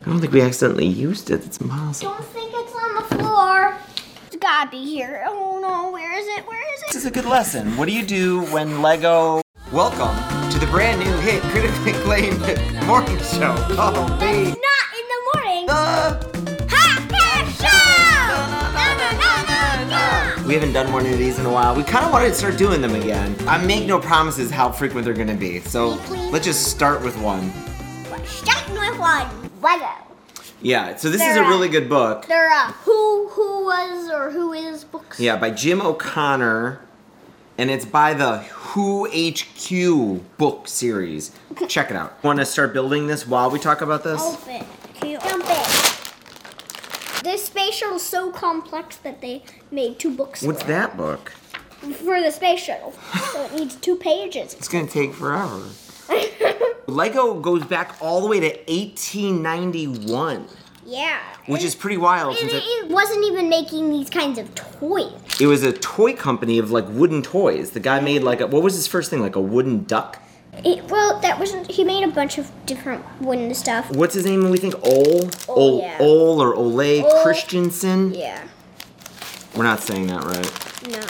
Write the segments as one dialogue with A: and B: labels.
A: I don't think we accidentally used it. It's miles.
B: Don't think it's on the floor. It's gotta be here. Oh no, where is it? Where is it?
A: This is a good lesson. What do you do when Lego? Welcome to the brand new hit critically acclaimed morning show Ah. called
B: That's
A: The
B: not in the morning.
A: The-
B: Hot Cash Show!
A: We haven't done one of these in a while. We kind of wanted to start doing them again. I make no promises how frequent they're going to be, so
B: Please.
A: let's just start with one.
B: We're starting with one. Lego.
A: Yeah. So this is a
B: Sarah.
A: really good book.
B: They're uh, who who was or who is books.
A: Yeah, by Jim O'Connor, and it's by the Who HQ book series. Check it out. Want to start building this while we talk about this?
B: Open. Can you jump in? This space shuttle's so complex that they made two books
A: What's
B: for it.
A: that book?
B: for the space shuttle. so it needs two pages.
A: It's gonna take forever. Lego goes back all the way to 1891,
B: Yeah.
A: which is pretty wild
B: It,
A: since it,
B: it wasn't even making these kinds of toys.
A: it was a toy company of like wooden toys. The guy made like a, what was his first thing? Like a wooden duck?
B: It, well, that wasn't. He made a bunch of different wooden stuff.
A: What's his name? We think Ole?
B: Ole, Oh, yeah.
A: Ole or Ole
B: Ole.
A: Christensen?
B: Yeah.
A: We're not saying that right.
B: No.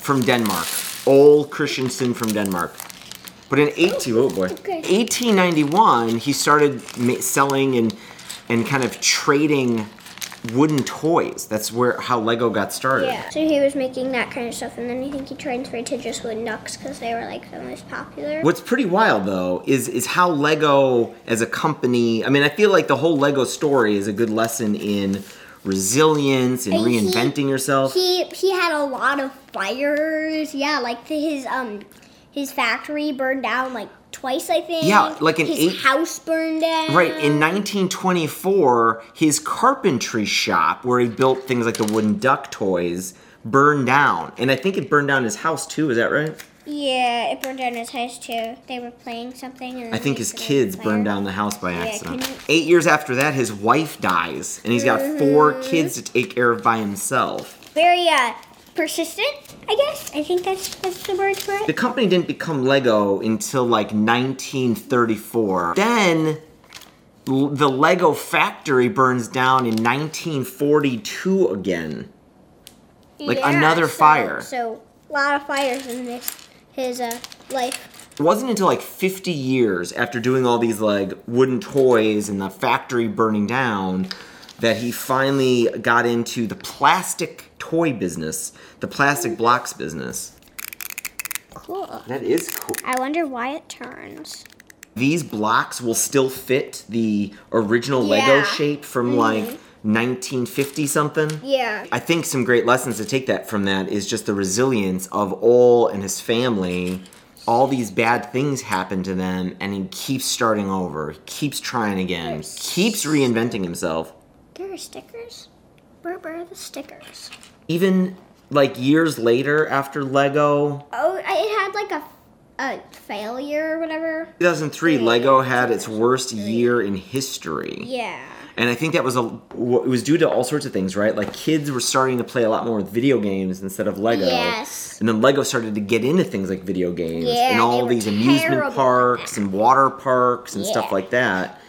A: from Denmark. Ole Christensen from Denmark. But in 18, oh boy,
B: Okay.
A: 1891, he started ma- selling and and kind of trading wooden toys. That's where how Lego got started.
B: Yeah. So he was making that kind of stuff, and then I think he transferred to just wooden ducks because they were like the most popular.
A: What's pretty wild though is is how Lego as a company. I mean, I feel like the whole Lego story is a good lesson in resilience and
B: And he-
A: reinventing yourself.
B: He he had a lot of fires. Yeah, like the, his um his factory burned down like twice, I think.
A: Yeah, like in
B: his
A: eight-
B: house burned down.
A: Right, in 1924, his carpentry shop, where he built things like the wooden duck toys, burned down. And I think it burned down his house too, is that right?
B: Yeah, it burned down his house too. They were playing something. And
A: I think his kids burned down the house by accident.
B: can you-
A: Eight years after that, his wife dies, and he's got four
B: Mm-hmm.
A: kids to take care of by himself.
B: Very uh persistent, I guess. I think that's that's the word for
A: The
B: it.
A: company didn't become Lego until like 1934. Then l- the Lego factory burns down in 1942 again. like another
B: so-
A: fire.
B: So a lot of fires in this his uh life.
A: It wasn't until like 50 years after doing all these like wooden toys and the factory burning down that he finally got into the plastic toy business, the plastic blocks business.
B: Cool.
A: That is cool.
B: I wonder why it turns.
A: These blocks will still fit the original Lego
B: Yeah.
A: shape from like 1950 something.
B: Yeah.
A: I think some great lessons to take that from that is just the resilience of Ole and his family. All these bad things happen to them, and he keeps starting over, keeps trying again, keeps reinventing himself.
B: There are stickers. Where were the stickers?
A: Even like years later, after Lego
B: Oh, I- it had like a, a failure or whatever.
A: 2003, Lego had its worst year in history.
B: Yeah.
A: And I think that was a it was due to all sorts of things, right? Like kids were starting to play a lot more with video games instead of Lego.
B: Yes.
A: And then Lego started to get into things like video games
B: Yeah,
A: and
B: they
A: all
B: were
A: these amusement
B: terrible at
A: parks and water parks and stuff
B: Yeah.
A: like that.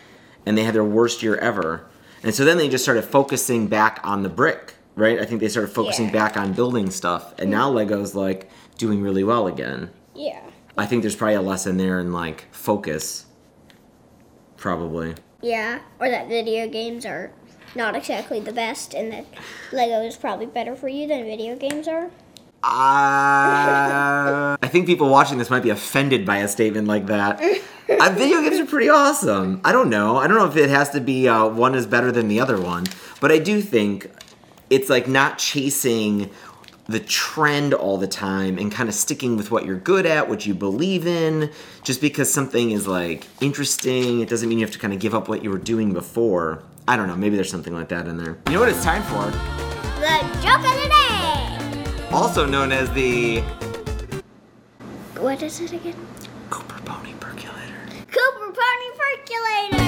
A: And they had their worst year ever. And so then they just started focusing back on the brick, right? I think they started focusing
B: Yeah. Mm-hmm.
A: back on building stuff. And now Lego's like doing really well again.
B: Yeah.
A: I think there's probably a lesson there in like focus. Probably.
B: Yeah. Or that video games are not exactly the best, and that Lego is probably better for you than video games are.
A: Uh, I think people watching this might be offended by a statement like that. Uh, video games are pretty awesome. I don't know. I don't know if it has to be uh, one is better than the other one, but I do think it's like not chasing the trend all the time and kind of sticking with what you're good at, what you believe in. Just because something is like interesting, it doesn't mean you have to kind of give up what you were doing before. I don't know. Maybe there's something like that in there. You know what it's time for?
B: The joke of the
A: Also known as the
B: day. What is it again?
A: Cooper Pony Percolator.
B: Cooper Pony Percolator.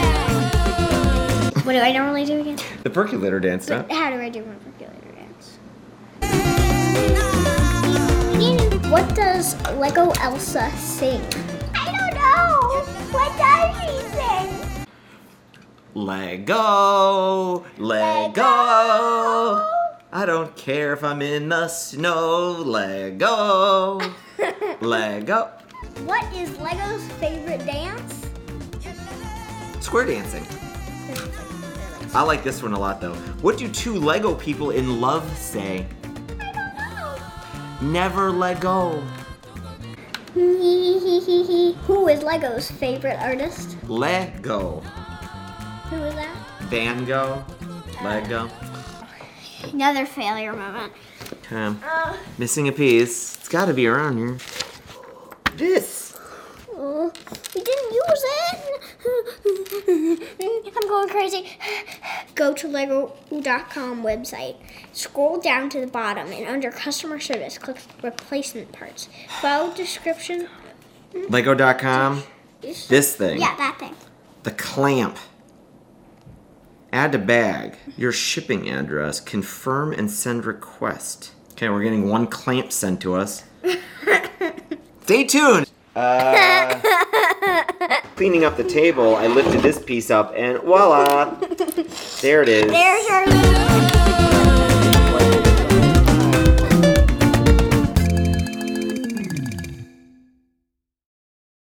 B: what do I normally do again?
A: The percolator dance, huh?
B: How do I do my percolator dance? What does Lego Elsa sing? I don't know. What does she sing?
A: Lego, Lego. I don't care if I'm in the snow. Lego, Lego.
B: What is Lego's favorite dance?
A: Square dancing. I like this one a lot though. What do two Lego people in love say?
B: I don't know.
A: Never let go.
B: Who is Lego's favorite artist?
A: Lego.
B: Who is that?
A: Van Gogh. Lego.
B: Another failure moment.
A: Okay.
B: Uh,
A: Missing a piece. It's gotta be around here. This.
B: Oh, we didn't use it. I'm going crazy. Go to Lego.com website. Scroll down to the bottom and under customer service, click replacement parts. Follow description.
A: Lego.com. This thing.
B: Yeah, that thing.
A: The clamp. Add to bag. Your shipping address. Confirm and send request. Okay, we're getting one clamp sent to us. Stay tuned. Uh, cleaning up the table, I lifted this piece up and voila! There it is.
B: There's our.